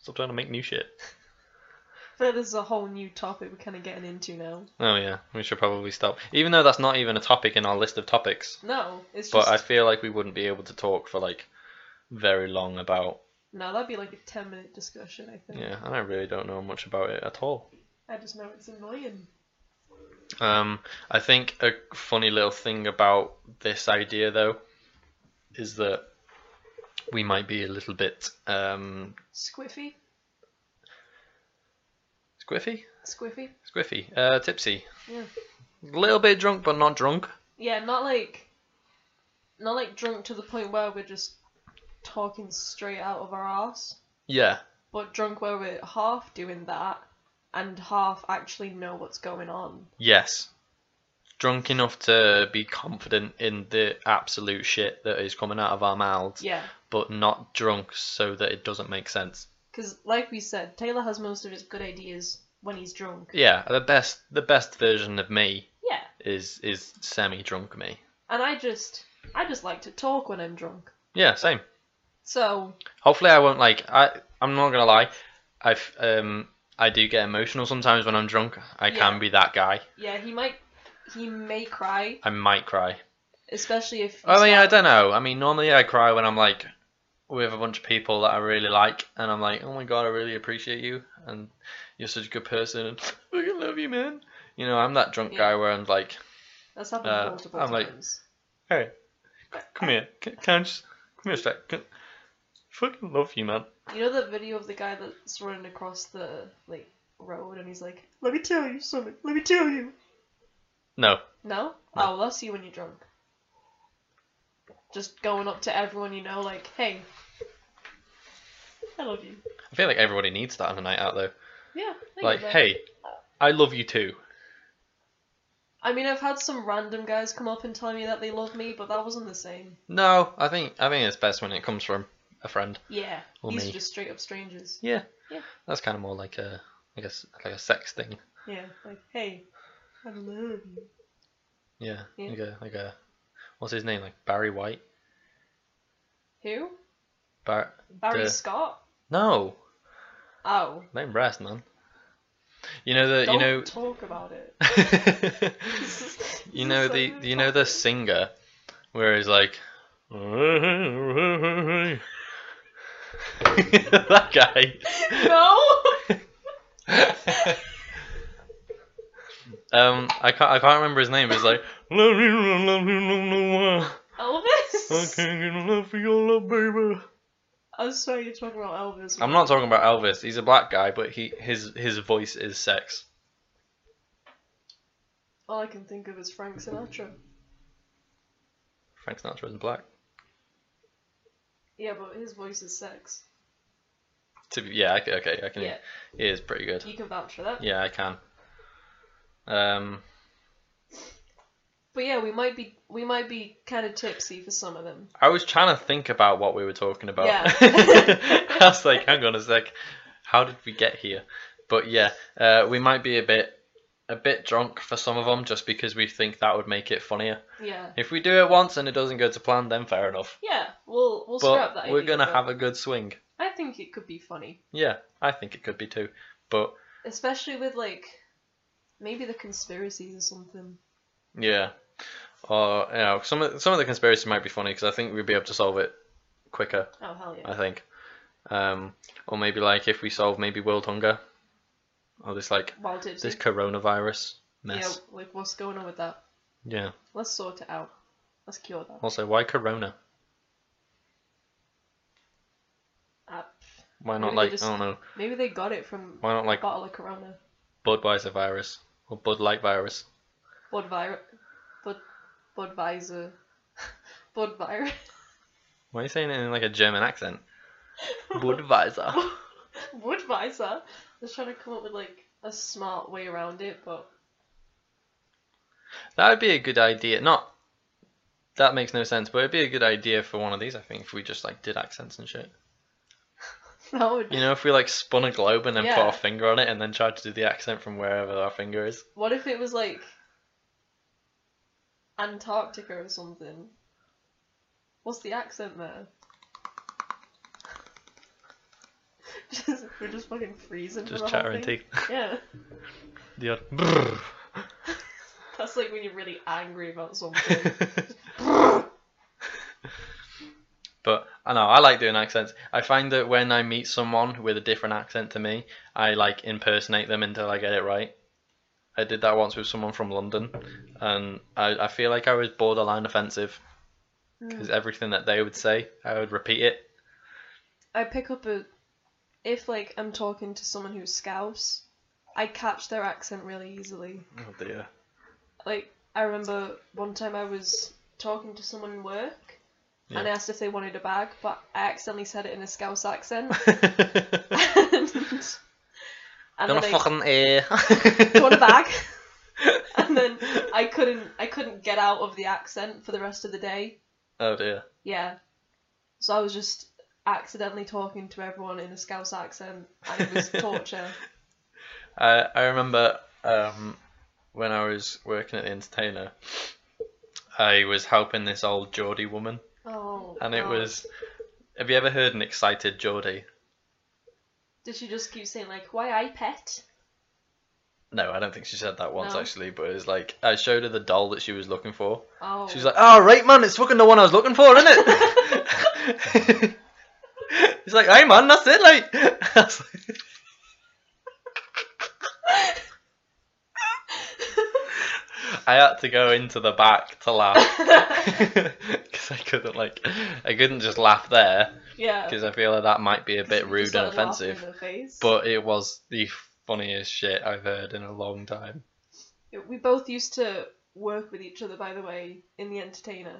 [SPEAKER 1] Stop trying to make new shit.
[SPEAKER 2] I feel like this is a whole new topic we're kind of getting into now.
[SPEAKER 1] Oh yeah, we should probably stop. Even though that's not even a topic in our list of topics,
[SPEAKER 2] No, it's
[SPEAKER 1] but
[SPEAKER 2] just.
[SPEAKER 1] I feel like we wouldn't be able to talk for like very long about.
[SPEAKER 2] No, that'd be like a 10 minute discussion, I think.
[SPEAKER 1] Yeah, and I really don't know much about it at all.
[SPEAKER 2] I just know it's annoying.
[SPEAKER 1] Um, I think a funny little thing about this idea, though, is that we might be a little bit um,
[SPEAKER 2] Squiffy?
[SPEAKER 1] squiffy,
[SPEAKER 2] Squiffy?
[SPEAKER 1] squiffy, uh, tipsy,
[SPEAKER 2] Yeah.
[SPEAKER 1] a little bit drunk, but not drunk.
[SPEAKER 2] Yeah, not like. Not like drunk to the point where we're just talking straight out of our ass,
[SPEAKER 1] Yeah,
[SPEAKER 2] but drunk where we're half doing that and half actually know what's going on.
[SPEAKER 1] yes, drunk enough to be confident in the absolute shit that is coming out of our mouths,
[SPEAKER 2] Yeah.
[SPEAKER 1] but not drunk so that it doesn't make sense.
[SPEAKER 2] Because, like we said, Taylor has most of his good ideas when he's drunk.
[SPEAKER 1] Yeah, the best, the best version of me
[SPEAKER 2] Yeah.
[SPEAKER 1] is is semi-drunk me.
[SPEAKER 2] And I just. I just like to talk when I'm drunk.
[SPEAKER 1] Yeah, same.
[SPEAKER 2] So,
[SPEAKER 1] Hopefully, I won't like. I I'm not gonna lie. I've um I do get emotional sometimes when I'm drunk. I
[SPEAKER 2] Yeah.
[SPEAKER 1] can be that guy.
[SPEAKER 2] yeah, he might. He may cry,
[SPEAKER 1] I might cry.
[SPEAKER 2] especially if. you
[SPEAKER 1] I mean, I
[SPEAKER 2] start-
[SPEAKER 1] don't know. I mean, normally I cry when I'm like with a bunch of people that I really like, and I'm like, oh my god, I really appreciate you, and you're such a good person, and I love you, man. You know, I'm that drunk
[SPEAKER 2] Yeah.
[SPEAKER 1] guy where I'm like,
[SPEAKER 2] That's happened
[SPEAKER 1] Uh,
[SPEAKER 2] multiple
[SPEAKER 1] I'm like-
[SPEAKER 2] times.
[SPEAKER 1] hey, c- come here, c- can I just come here, a sec. Can- fucking love you, man.
[SPEAKER 2] You know that video of the guy that's running across the like road and he's like, "Let me tell you something. Let me tell you."
[SPEAKER 1] No,
[SPEAKER 2] No? Oh, well, that's you when you're drunk. Just going up to everyone you know, like, "Hey, I love you."
[SPEAKER 1] I feel like everybody needs that on a night out though.
[SPEAKER 2] Yeah. I get
[SPEAKER 1] Like,
[SPEAKER 2] that.
[SPEAKER 1] hey, I love you too.
[SPEAKER 2] I mean, I've had some random guys come up and tell me that they love me, but that wasn't the same.
[SPEAKER 1] No, I think I think it's best when it comes from a friend.
[SPEAKER 2] Yeah.
[SPEAKER 1] Or
[SPEAKER 2] These
[SPEAKER 1] me.
[SPEAKER 2] are just straight up strangers.
[SPEAKER 1] Yeah.
[SPEAKER 2] Yeah.
[SPEAKER 1] That's kind of more like a, I guess, like a sex thing.
[SPEAKER 2] Yeah. Like, "Hey, I love you."
[SPEAKER 1] Yeah.
[SPEAKER 2] Yeah.
[SPEAKER 1] Like a, like a, what's his name? Like Barry White.
[SPEAKER 2] Who?
[SPEAKER 1] Bar.
[SPEAKER 2] Barry
[SPEAKER 1] Duh.
[SPEAKER 2] Scott?
[SPEAKER 1] No,
[SPEAKER 2] Oh.
[SPEAKER 1] let him rest, man. You know the,
[SPEAKER 2] Don't
[SPEAKER 1] you know,
[SPEAKER 2] talk about it.
[SPEAKER 1] you know the, you know the singer, where he's like, that guy.
[SPEAKER 2] no.
[SPEAKER 1] um, I can't. I can't remember his name. It's like. "Love you, love you, love you, I can't
[SPEAKER 2] Elvis.
[SPEAKER 1] get enough of your love, baby."
[SPEAKER 2] I swear you're talking about Elvis.
[SPEAKER 1] I'm not talking about Elvis. He's a black guy, but he his his voice is sex.
[SPEAKER 2] All I can think of is Frank Sinatra.
[SPEAKER 1] Frank Sinatra isn't black.
[SPEAKER 2] Yeah, but his voice is sex.
[SPEAKER 1] To be, yeah, okay, okay, I can.
[SPEAKER 2] Yeah,
[SPEAKER 1] He is pretty good.
[SPEAKER 2] you can vouch for that.
[SPEAKER 1] Yeah, I can. Um,
[SPEAKER 2] But yeah, we might be we might be kind of tipsy for some of them.
[SPEAKER 1] I was trying to think about what we were talking about.
[SPEAKER 2] Yeah.
[SPEAKER 1] I was like, hang on a sec, how did we get here? But yeah, uh, we might be a bit, a bit drunk for some of them, just because we think that would make it funnier.
[SPEAKER 2] Yeah.
[SPEAKER 1] If we do it once and it doesn't go to plan, then fair enough.
[SPEAKER 2] Yeah, we'll we'll scrap that.
[SPEAKER 1] but we're
[SPEAKER 2] idea,
[SPEAKER 1] gonna
[SPEAKER 2] but
[SPEAKER 1] have a good swing.
[SPEAKER 2] I think it could be funny,
[SPEAKER 1] Yeah, I think it could be too. But
[SPEAKER 2] especially with like maybe the conspiracies or something.
[SPEAKER 1] yeah, or you know, some of some of the conspiracy might be funny because I think we'd be able to solve it quicker.
[SPEAKER 2] Oh hell yeah.
[SPEAKER 1] I think. Um, or maybe like if we solve maybe world hunger, or this like
[SPEAKER 2] While tipsy.
[SPEAKER 1] this coronavirus
[SPEAKER 2] yeah,
[SPEAKER 1] mess.
[SPEAKER 2] like what's going on with that?
[SPEAKER 1] Yeah.
[SPEAKER 2] Let's sort it out. Let's cure that.
[SPEAKER 1] Also, why corona?
[SPEAKER 2] Uh,
[SPEAKER 1] Why not
[SPEAKER 2] Maybe
[SPEAKER 1] like
[SPEAKER 2] just-
[SPEAKER 1] I don't know?
[SPEAKER 2] maybe they got it from
[SPEAKER 1] Why not
[SPEAKER 2] a
[SPEAKER 1] like
[SPEAKER 2] bottle of Corona.
[SPEAKER 1] Budweiser virus or Bud Light virus?
[SPEAKER 2] Budvi- Bud- Budweiser. Budweiser.
[SPEAKER 1] Why are you saying it in like a German accent? Budweiser.
[SPEAKER 2] Budweiser. I was trying to come up with like a smart way around it, but
[SPEAKER 1] That would be a good idea. Not. That makes no sense, but it'd be a good idea for one of these. I think if we just like did accents and shit.
[SPEAKER 2] that would.
[SPEAKER 1] You know, if we like spun a globe and then put
[SPEAKER 2] Yeah.
[SPEAKER 1] our finger on it and then tried to do the accent from wherever our finger is.
[SPEAKER 2] What if it was like Antarctica or something? What's the accent there? just, we're just fucking freezing. for
[SPEAKER 1] Just
[SPEAKER 2] the whole
[SPEAKER 1] chattering
[SPEAKER 2] thing.
[SPEAKER 1] teeth.
[SPEAKER 2] Yeah,
[SPEAKER 1] The odd brrr.
[SPEAKER 2] that's like when you're really angry about something. Mm.
[SPEAKER 1] but I know I like doing accents. I find that when I meet someone with a different accent to me, I like impersonate them until I get it right. I did that once with someone from London, and I, I feel like I was borderline offensive
[SPEAKER 2] Mm.
[SPEAKER 1] because everything that they would say, I would repeat it.
[SPEAKER 2] I pick up a if like I'm talking to someone who's Scouse, I catch their accent really easily.
[SPEAKER 1] Oh dear.
[SPEAKER 2] Like I remember one time I was talking to someone in work and I
[SPEAKER 1] Yeah.
[SPEAKER 2] asked if they wanted a bag, but I accidentally said it in a Scouse accent.
[SPEAKER 1] Don't
[SPEAKER 2] and and
[SPEAKER 1] a
[SPEAKER 2] then I,
[SPEAKER 1] fucking ear.
[SPEAKER 2] "Do you want a bag? and then I couldn't I couldn't get out of the accent for the rest of the day.
[SPEAKER 1] Oh dear.
[SPEAKER 2] Yeah. So I was just accidentally talking to everyone in a Scouse accent and it was torture.
[SPEAKER 1] I I remember um, when I was working at the Entertainer, I was helping this old Geordie woman,
[SPEAKER 2] Oh.
[SPEAKER 1] and it
[SPEAKER 2] God.
[SPEAKER 1] was. Have you ever heard an excited Geordie?
[SPEAKER 2] Did she just keep saying like, "Why I pet"?
[SPEAKER 1] No, I don't think she said that once
[SPEAKER 2] No.
[SPEAKER 1] actually, but it was like I showed her the doll that she was looking for.
[SPEAKER 2] Oh.
[SPEAKER 1] She was like, "Oh right, man, it's fucking the one I was looking for, isn't it?" He's like, "Hey, man, that's it." Like, I was like- I had to go into the back to laugh because I couldn't like, I couldn't just laugh there.
[SPEAKER 2] yeah.
[SPEAKER 1] because I feel like that might be a
[SPEAKER 2] 'Cause
[SPEAKER 1] bit
[SPEAKER 2] you
[SPEAKER 1] rude
[SPEAKER 2] just
[SPEAKER 1] and
[SPEAKER 2] started laughing
[SPEAKER 1] offensive.
[SPEAKER 2] in her face.
[SPEAKER 1] But it was the funniest shit I've heard in a long time.
[SPEAKER 2] we both used to work with each other, by the way, in the Entertainer.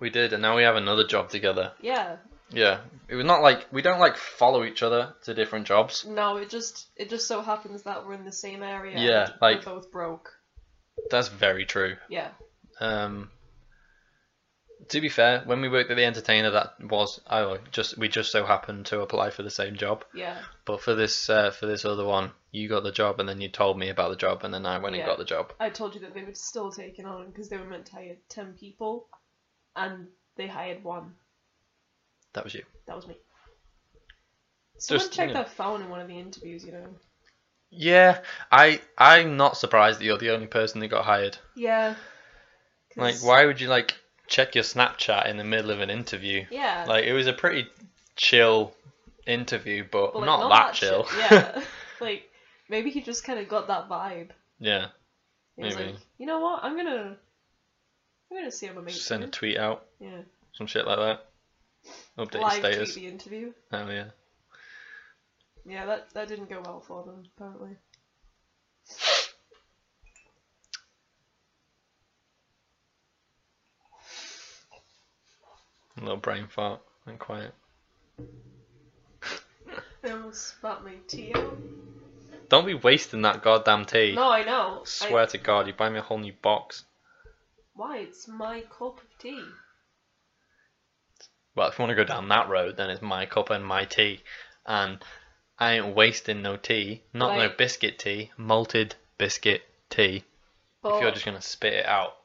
[SPEAKER 1] We did, and now we have another job together.
[SPEAKER 2] Yeah.
[SPEAKER 1] Yeah, it was not like we don't like follow each other to different jobs.
[SPEAKER 2] No, it just it just so happens that we're in the same area.
[SPEAKER 1] Yeah,
[SPEAKER 2] and
[SPEAKER 1] like-
[SPEAKER 2] we're both broke.
[SPEAKER 1] That's very true.
[SPEAKER 2] Yeah.
[SPEAKER 1] Um, to be fair, when we worked at the entertainer, that was I was just we just so happened to apply for the same job.
[SPEAKER 2] Yeah.
[SPEAKER 1] But for this uh, for this other one, you got the job, and then you told me about the job, and then I went
[SPEAKER 2] Yeah.
[SPEAKER 1] and got the job.
[SPEAKER 2] I told you that they were still taking on because they were meant to hire ten people, and they hired one.
[SPEAKER 1] That was you.
[SPEAKER 2] That was me. Someone
[SPEAKER 1] Just,
[SPEAKER 2] checked
[SPEAKER 1] you know.
[SPEAKER 2] their phone in one of the interviews, you know.
[SPEAKER 1] Yeah, I I'm not surprised that you're the only person that got hired.
[SPEAKER 2] Yeah.
[SPEAKER 1] Like,
[SPEAKER 2] 'Cause-
[SPEAKER 1] why would you like check your Snapchat in the middle of an interview?
[SPEAKER 2] Yeah.
[SPEAKER 1] Like, it was a pretty chill interview, but,
[SPEAKER 2] but, like,
[SPEAKER 1] not, that, chill.
[SPEAKER 2] shit. yeah. Like maybe he just kind of got that vibe.
[SPEAKER 1] yeah.
[SPEAKER 2] He was
[SPEAKER 1] Maybe.
[SPEAKER 2] like, you know what? I'm gonna, I'm gonna see how my mate.
[SPEAKER 1] Just send a tweet out,
[SPEAKER 2] yeah.
[SPEAKER 1] some shit like that. Update
[SPEAKER 2] Live
[SPEAKER 1] your
[SPEAKER 2] tweet
[SPEAKER 1] status.
[SPEAKER 2] the interview.
[SPEAKER 1] Oh yeah.
[SPEAKER 2] Yeah, that that didn't go well for them apparently.
[SPEAKER 1] A little brain fart and quiet.
[SPEAKER 2] They almost spat my tea out.
[SPEAKER 1] Don't be wasting that goddamn tea.
[SPEAKER 2] No, I know. I-
[SPEAKER 1] Swear to God, you buy me a whole new box.
[SPEAKER 2] why? It's my cup of tea.
[SPEAKER 1] Well, if you want to go down that road, then it's my cup and my tea, and I ain't wasting no tea. Not no
[SPEAKER 2] Right.
[SPEAKER 1] biscuit tea. Malted biscuit tea.
[SPEAKER 2] But
[SPEAKER 1] If you're just gonna spit it out,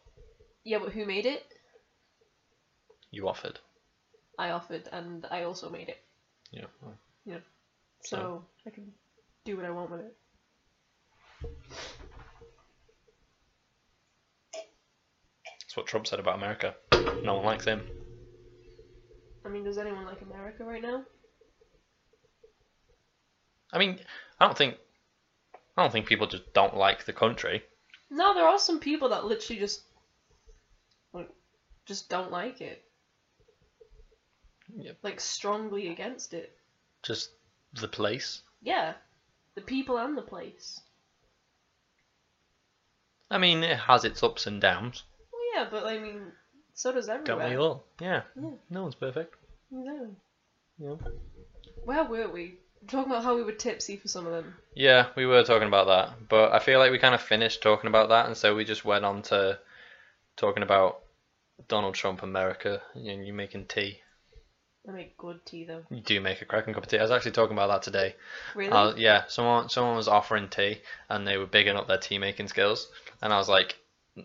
[SPEAKER 2] yeah, but who made it?
[SPEAKER 1] you offered.
[SPEAKER 2] I offered, and I also made it,
[SPEAKER 1] Yeah.
[SPEAKER 2] so,
[SPEAKER 1] So.
[SPEAKER 2] I can do what I want with it.
[SPEAKER 1] That's what Trump said about America. No one likes him.
[SPEAKER 2] I mean, does anyone like America right now?
[SPEAKER 1] I mean, I don't think I don't think people just don't like the country.
[SPEAKER 2] No, there are some people that literally just like, just don't like it.
[SPEAKER 1] Yep.
[SPEAKER 2] Like strongly against it.
[SPEAKER 1] Just the place.
[SPEAKER 2] Yeah. The people and the place.
[SPEAKER 1] I mean, it has its ups and downs,
[SPEAKER 2] Well, yeah, but I mean, so does
[SPEAKER 1] don't
[SPEAKER 2] everywhere.
[SPEAKER 1] we all? Yeah.
[SPEAKER 2] Yeah.
[SPEAKER 1] No one's perfect.
[SPEAKER 2] No.
[SPEAKER 1] Yeah.
[SPEAKER 2] Where were we? We're talking about how we were tipsy for some of them.
[SPEAKER 1] Yeah, we were talking about that, but I feel like we kind of finished talking about that, and so we just went on to talking about Donald Trump, America, and you making tea.
[SPEAKER 2] I make good tea though.
[SPEAKER 1] You do make a cracking cup of tea. I was actually talking about that today.
[SPEAKER 2] Really?
[SPEAKER 1] Uh, yeah, someone someone was offering tea and they were bigging up their tea making skills, and I was like,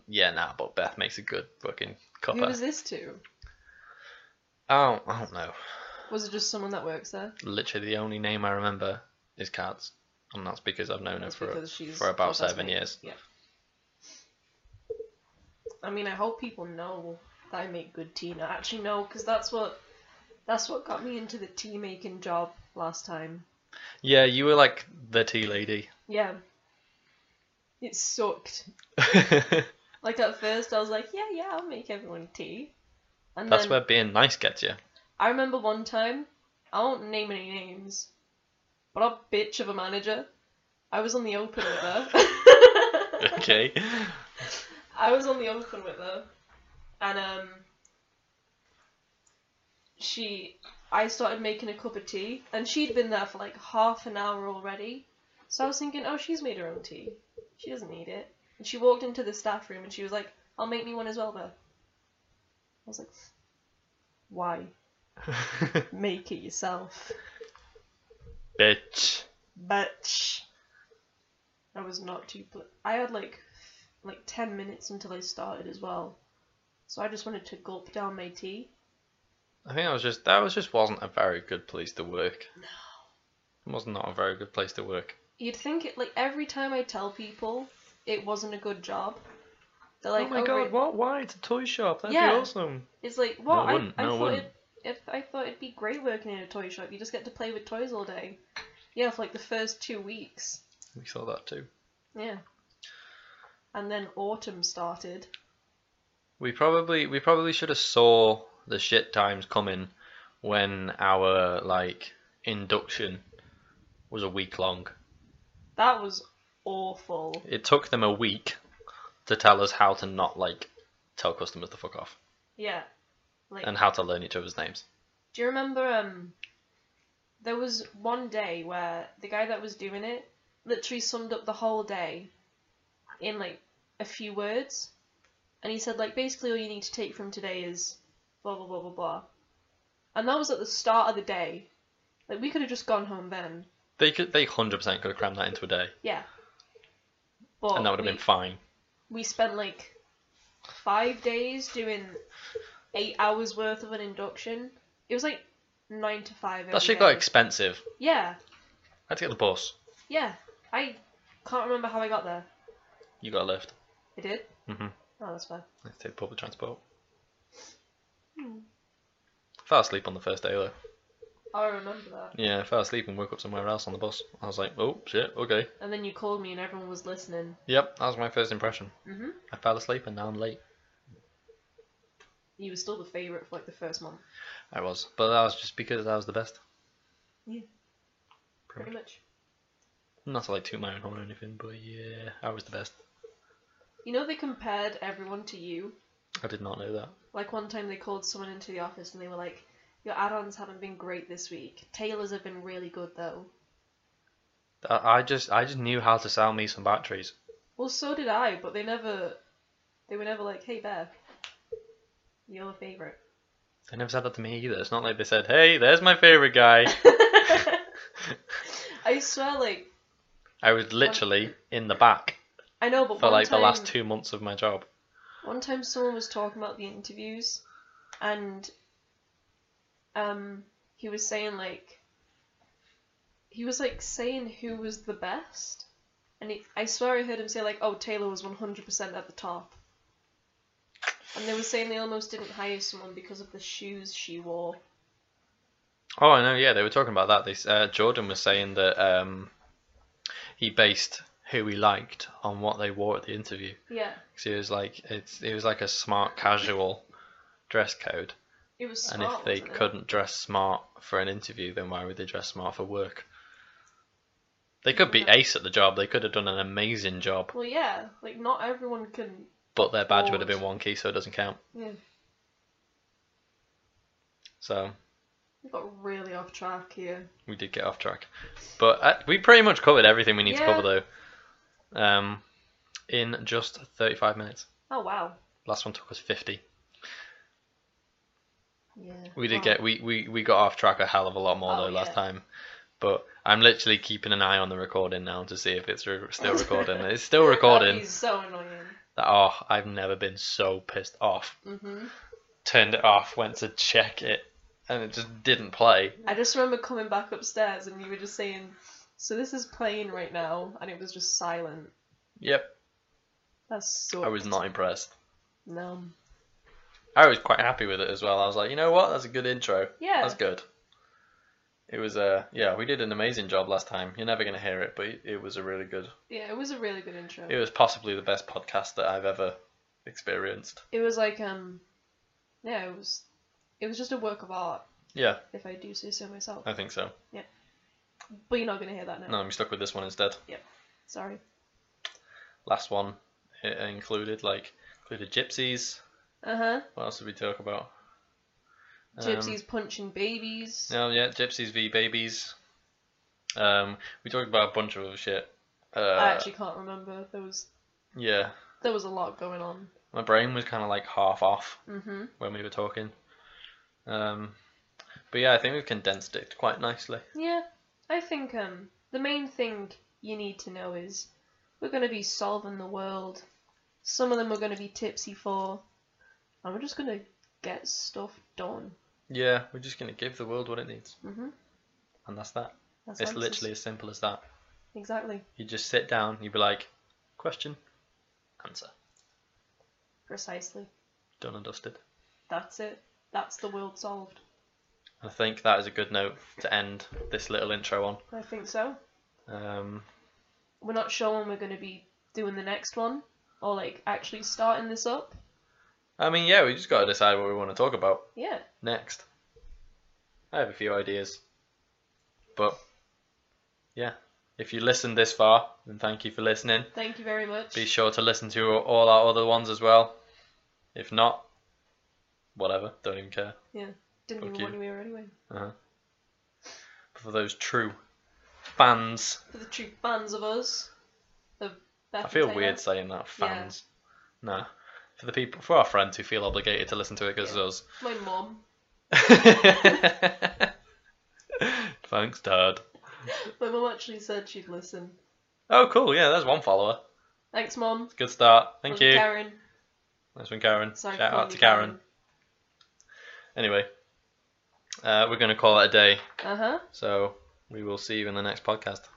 [SPEAKER 1] yeah, nah, but Beth makes a good fucking
[SPEAKER 2] Who
[SPEAKER 1] cuppa.
[SPEAKER 2] was this to?
[SPEAKER 1] Oh, I don't know.
[SPEAKER 2] Was it just someone that works there?
[SPEAKER 1] Literally, the only name I remember is Cats, and that's because I've known
[SPEAKER 2] That's
[SPEAKER 1] her for
[SPEAKER 2] because she's
[SPEAKER 1] for about
[SPEAKER 2] processed
[SPEAKER 1] seven
[SPEAKER 2] meat.
[SPEAKER 1] years.
[SPEAKER 2] Yeah. I mean, I hope people know that I make good tea now. Actually, no, because that's what that's what got me into the tea making job last time.
[SPEAKER 1] Yeah, you were like the tea lady.
[SPEAKER 2] Yeah. It sucked. Like at first, I was like, yeah, yeah, I'll make everyone tea. And
[SPEAKER 1] That's
[SPEAKER 2] then
[SPEAKER 1] where being nice gets you.
[SPEAKER 2] I remember one time, I won't name any names, but our bitch of a manager, I was on the open with her.
[SPEAKER 1] Okay.
[SPEAKER 2] I was on the open with her, and um, she, I started making a cup of tea, and she'd been there for like half an hour already. So I was thinking, oh, she's made her own tea. She doesn't need it. And she walked into the staff room and she was like, I'll make me one as well, though. I was like, why? Make it yourself.
[SPEAKER 1] Bitch.
[SPEAKER 2] But I was not too. Pl- I had like like ten minutes until I started as well, so I just wanted to gulp down my tea.
[SPEAKER 1] I think I was just that was just wasn't a very good place to work. No. It was not a very good place to work.
[SPEAKER 2] You'd think it like every time I tell people it wasn't a good job, they're like,
[SPEAKER 1] oh my god,
[SPEAKER 2] re-
[SPEAKER 1] what? Why? It's a toy shop. That'd
[SPEAKER 2] Yeah.
[SPEAKER 1] be awesome.
[SPEAKER 2] It's like, well,
[SPEAKER 1] it
[SPEAKER 2] I,
[SPEAKER 1] wouldn't.
[SPEAKER 2] I
[SPEAKER 1] No, it
[SPEAKER 2] thought
[SPEAKER 1] wouldn't.
[SPEAKER 2] it, if I thought it'd be great working in a toy shop. You just get to play with toys all day. Yeah, for like the first two weeks.
[SPEAKER 1] We saw that too.
[SPEAKER 2] Yeah. And then autumn started.
[SPEAKER 1] We probably we probably should have saw the shit times coming when our like induction was a week long.
[SPEAKER 2] That was awful.
[SPEAKER 1] It took them a week to tell us how to not like tell customers to fuck off
[SPEAKER 2] Yeah. Like
[SPEAKER 1] and how to learn each other's names.
[SPEAKER 2] Do you remember um there was one day where the guy that was doing it literally summed up the whole day in like a few words and he said like basically all you need to take from today is blah blah blah blah blah. And that was at the start of the day. Like we could have just gone home then.
[SPEAKER 1] They could they hundred percent could have crammed that into a day
[SPEAKER 2] Yeah. But
[SPEAKER 1] and that would have
[SPEAKER 2] we,
[SPEAKER 1] been fine.
[SPEAKER 2] we spent like five days doing eight hours worth of an induction. It was like nine to five. every
[SPEAKER 1] That shit
[SPEAKER 2] day.
[SPEAKER 1] got expensive.
[SPEAKER 2] Yeah.
[SPEAKER 1] I had to get the bus.
[SPEAKER 2] Yeah, I can't remember how I got there.
[SPEAKER 1] You got a lift.
[SPEAKER 2] I did.
[SPEAKER 1] Mhm.
[SPEAKER 2] Oh, that's fair.
[SPEAKER 1] I had to take public transport.
[SPEAKER 2] Hmm.
[SPEAKER 1] Fell asleep on the first day though.
[SPEAKER 2] Oh, I remember that.
[SPEAKER 1] Yeah, I fell asleep and woke up somewhere else on the bus. I was like, oh shit, okay.
[SPEAKER 2] And then you called me, and everyone was listening.
[SPEAKER 1] Yep, that was my first impression.
[SPEAKER 2] Mm-hmm.
[SPEAKER 1] I fell asleep and now I'm late.
[SPEAKER 2] You were still the favorite for like the first month.
[SPEAKER 1] I was, but that was just because I was the best.
[SPEAKER 2] Pretty much.
[SPEAKER 1] Not to like toot my own horn or anything, but yeah, I was the best.
[SPEAKER 2] You know they compared everyone to you.
[SPEAKER 1] I did not know that.
[SPEAKER 2] Like one time they called someone into the office and they were like, "Your add-ons haven't been great this week. Taylor's have been really good though."
[SPEAKER 1] I I just I just knew how to sell me some batteries.
[SPEAKER 2] Well, so did I, but they never, they were never like, "Hey, Bear, you're the favorite."
[SPEAKER 1] They never said that to me either. It's not like they said, "Hey, there's my favorite guy."
[SPEAKER 2] I swear, like
[SPEAKER 1] I was literally in the back
[SPEAKER 2] I know, but
[SPEAKER 1] for
[SPEAKER 2] one
[SPEAKER 1] like the last
[SPEAKER 2] time-
[SPEAKER 1] two months of my job.
[SPEAKER 2] One time someone was talking about the interviews and um he was saying like he was like saying who was the best and he, I swear I heard him say like oh Taylor was 100% at the top and they were saying they almost didn't hire someone because of the shoes she wore
[SPEAKER 1] Oh, I know. Yeah, they were talking about that. They, s- uh, Jordan was saying that um, he based who he liked on what they wore at the interview.
[SPEAKER 2] yeah
[SPEAKER 1] 'Cause he was like, it's it was like a smart casual dress code.
[SPEAKER 2] it was
[SPEAKER 1] And
[SPEAKER 2] smart,
[SPEAKER 1] if they
[SPEAKER 2] wasn't it?
[SPEAKER 1] couldn't dress smart for an interview, then why would they dress smart for work? They could be
[SPEAKER 2] Yeah.
[SPEAKER 1] ace at the job. They could have done an amazing job,
[SPEAKER 2] well yeah like not everyone can
[SPEAKER 1] but their badge would have been
[SPEAKER 2] Bored.
[SPEAKER 1] wonky, so it doesn't count.
[SPEAKER 2] yeah
[SPEAKER 1] So
[SPEAKER 2] we got really off track here
[SPEAKER 1] we did get off track, but uh, we pretty much covered everything we need to
[SPEAKER 2] Yeah.
[SPEAKER 1] cover though. Um, in just thirty-five minutes.
[SPEAKER 2] oh wow
[SPEAKER 1] Last one took us fifty.
[SPEAKER 2] yeah
[SPEAKER 1] We did
[SPEAKER 2] Wow.
[SPEAKER 1] get we, we we got off track a hell of a lot more
[SPEAKER 2] Oh,
[SPEAKER 1] though last
[SPEAKER 2] yeah.
[SPEAKER 1] time. But I'm literally keeping an eye on the recording now to see if it's re- still recording. it's still recording.
[SPEAKER 2] That'd be so annoying
[SPEAKER 1] That- Oh, I've never been so pissed off.
[SPEAKER 2] hmm
[SPEAKER 1] Turned it off, went to check it, and it just didn't play.
[SPEAKER 2] I just remember coming back upstairs and you were just saying, "So this is playing right now," and it was just silent.
[SPEAKER 1] Yep,
[SPEAKER 2] That's so.
[SPEAKER 1] I was not impressed.
[SPEAKER 2] No.
[SPEAKER 1] I was quite happy with it as well. I was like, you know what? That's a good intro.
[SPEAKER 2] Yeah.
[SPEAKER 1] That's good. It was uh, yeah, we did an amazing job last time. You're never gonna hear it, but it, it was a really good.
[SPEAKER 2] Yeah, it was a really good intro.
[SPEAKER 1] It was possibly the best podcast that I've ever experienced.
[SPEAKER 2] it was like um, yeah, it was, it was just a work of art,
[SPEAKER 1] Yeah,
[SPEAKER 2] if I do say so myself.
[SPEAKER 1] I think so.
[SPEAKER 2] But you're not gonna hear that now.
[SPEAKER 1] No, I'm stuck with this one instead.
[SPEAKER 2] Sorry.
[SPEAKER 1] Last one it included like included gypsies.
[SPEAKER 2] Uh huh.
[SPEAKER 1] What else did we talk about? Um,
[SPEAKER 2] Gypsies punching babies.
[SPEAKER 1] No, Um, yeah, gypsies v babies. Um, we talked about a bunch of other shit. Uh,
[SPEAKER 2] I actually can't remember. There was
[SPEAKER 1] yeah,
[SPEAKER 2] there was a lot going on.
[SPEAKER 1] my brain was kind of like half off.
[SPEAKER 2] Mm-hmm.
[SPEAKER 1] when we were talking. Um, but yeah, I think we've condensed it quite nicely.
[SPEAKER 2] Yeah, I think um the main thing you need to know is we're going to be solving the world. Some of them we're going to be tipsy for, and we're just going to get stuff done.
[SPEAKER 1] Yeah, we're just gonna give the world what it needs,
[SPEAKER 2] Mhm.
[SPEAKER 1] and that's that.
[SPEAKER 2] That's
[SPEAKER 1] it's
[SPEAKER 2] answers.
[SPEAKER 1] literally as simple as that.
[SPEAKER 2] exactly
[SPEAKER 1] You just sit down, you be like, question, answer,
[SPEAKER 2] precisely.
[SPEAKER 1] done and dusted.
[SPEAKER 2] That's it. That's the world solved.
[SPEAKER 1] I think that is a good note to end this little intro on.
[SPEAKER 2] I think so.
[SPEAKER 1] Um,
[SPEAKER 2] We're not sure when we're going to be doing the next one or like actually starting this up.
[SPEAKER 1] I mean, yeah, we just gotta decide what we want to talk about
[SPEAKER 2] Yeah.
[SPEAKER 1] next. I have a few ideas, but yeah, if you listened this far, then thank you for listening.
[SPEAKER 2] Thank you very much.
[SPEAKER 1] Be sure to listen to all our other ones as well. If not, whatever, don't even care.
[SPEAKER 2] Didn't
[SPEAKER 1] fuck
[SPEAKER 2] even
[SPEAKER 1] you.
[SPEAKER 2] want you here anyway.
[SPEAKER 1] For those true fans,
[SPEAKER 2] For the true fans of us, of
[SPEAKER 1] I
[SPEAKER 2] Beth and
[SPEAKER 1] feel
[SPEAKER 2] Taylor.
[SPEAKER 1] weird saying that fans. Nah, for the people, for our friends who feel obligated to listen to it because
[SPEAKER 2] Yeah.
[SPEAKER 1] it's
[SPEAKER 2] My mom.
[SPEAKER 1] us. Thanks, Dad.
[SPEAKER 2] My mum actually said she'd listen.
[SPEAKER 1] Oh, cool. Yeah, there's one follower.
[SPEAKER 2] Thanks, mom.
[SPEAKER 1] Good start. Thank
[SPEAKER 2] From
[SPEAKER 1] you.
[SPEAKER 2] Karen.
[SPEAKER 1] That's from Karen.
[SPEAKER 2] Sorry,
[SPEAKER 1] Shout
[SPEAKER 2] calling
[SPEAKER 1] out to
[SPEAKER 2] you
[SPEAKER 1] Karen. Anyway, uh, we're gonna call it a day.
[SPEAKER 2] Karen. Uh huh.
[SPEAKER 1] So we will see you in the next podcast.